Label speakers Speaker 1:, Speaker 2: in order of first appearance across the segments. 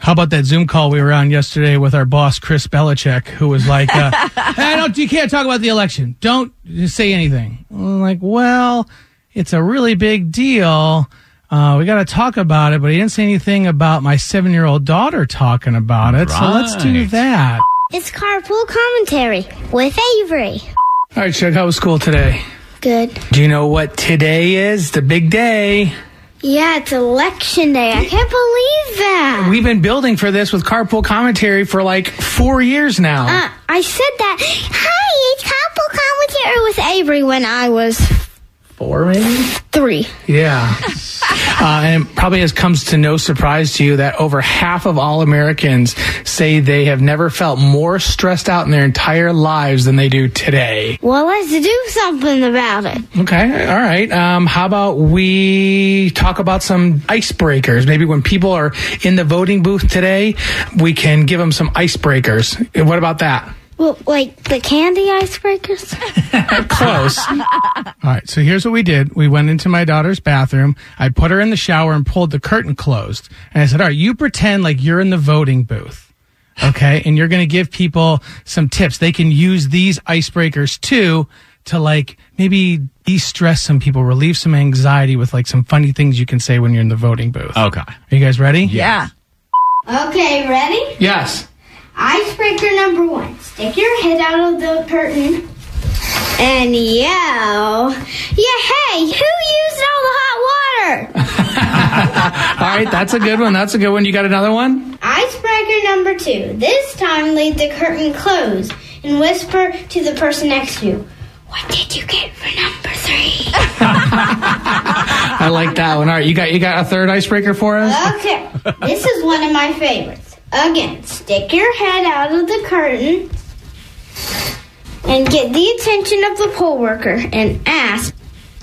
Speaker 1: How about that Zoom call we were on yesterday with our boss Chris Belichick, who was like, uh, "I don't, you can't talk about the election. Don't say anything." I'm like, well, it's a really big deal. Uh, we got to talk about it, but he didn't say anything about my seven-year-old daughter talking about it. So let's do
Speaker 2: Right.
Speaker 1: that.
Speaker 3: It's carpool commentary with Avery.
Speaker 1: All right, Chad, how was school today?
Speaker 3: Good.
Speaker 1: Do you know what today is? The big day.
Speaker 3: Yeah, it's election day. I can't believe that.
Speaker 1: We've been building for this with carpool commentary for like four years now.
Speaker 3: Uh, I said that. Hi, it's carpool commentary with Avery when I was
Speaker 1: four, maybe.
Speaker 3: three.
Speaker 1: Yeah. uh, and it probably as comes to no surprise to you that over half of all Americans say they have never felt more stressed out in their entire lives than they do today.
Speaker 3: Well, let's do something about it.
Speaker 1: Okay. All right. Um, how about we talk about some icebreakers? Maybe when people are in the voting booth today, we can give them some icebreakers. What about that?
Speaker 3: Well, like the candy icebreakers?
Speaker 1: close. All right, so here's what we did. We went into my daughter's bathroom. I put her in the shower and pulled the curtain closed. And I said, All right, you pretend like you're in the voting booth. Okay. And you're going to give people some tips. They can use these icebreakers too to like maybe de stress some people, relieve some anxiety with like some funny things you can say when you're in the voting booth.
Speaker 2: Okay.
Speaker 1: Are you guys ready?
Speaker 4: Yeah.
Speaker 3: Okay, ready?
Speaker 1: Yes.
Speaker 3: Icebreaker number one. Stick your head out of the curtain and yell, Yeah, hey, who used all the hot water?
Speaker 1: All right. That's a good one. That's a good one. You got another one?
Speaker 3: Icebreaker number two. This time, leave the curtain closed and whisper to the person next to you. What did you get for number three?
Speaker 1: I like that one. All right. You got, you got a third icebreaker for us?
Speaker 3: okay, this is one of my favorites. Again, stick your head out of the curtain and get the attention of the poll worker and ask,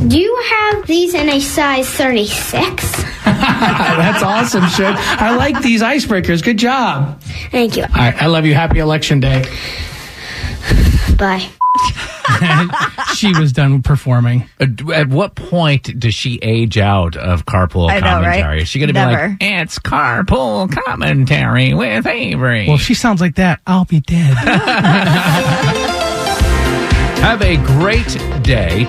Speaker 3: Do you have these in a size 36?
Speaker 1: That's awesome, Shug. I like these icebreakers. Good job.
Speaker 3: Thank you.
Speaker 1: All right. I love you. Happy election day.
Speaker 3: Bye.
Speaker 1: she was done performing.
Speaker 2: Uh, d- At what point does she age out of carpool
Speaker 4: I know, right?
Speaker 2: commentary? Is she going to be
Speaker 4: Never.
Speaker 2: like, it's carpool commentary with Avery?
Speaker 1: Well, if she sounds like that, I'll be dead.
Speaker 2: Have a great day.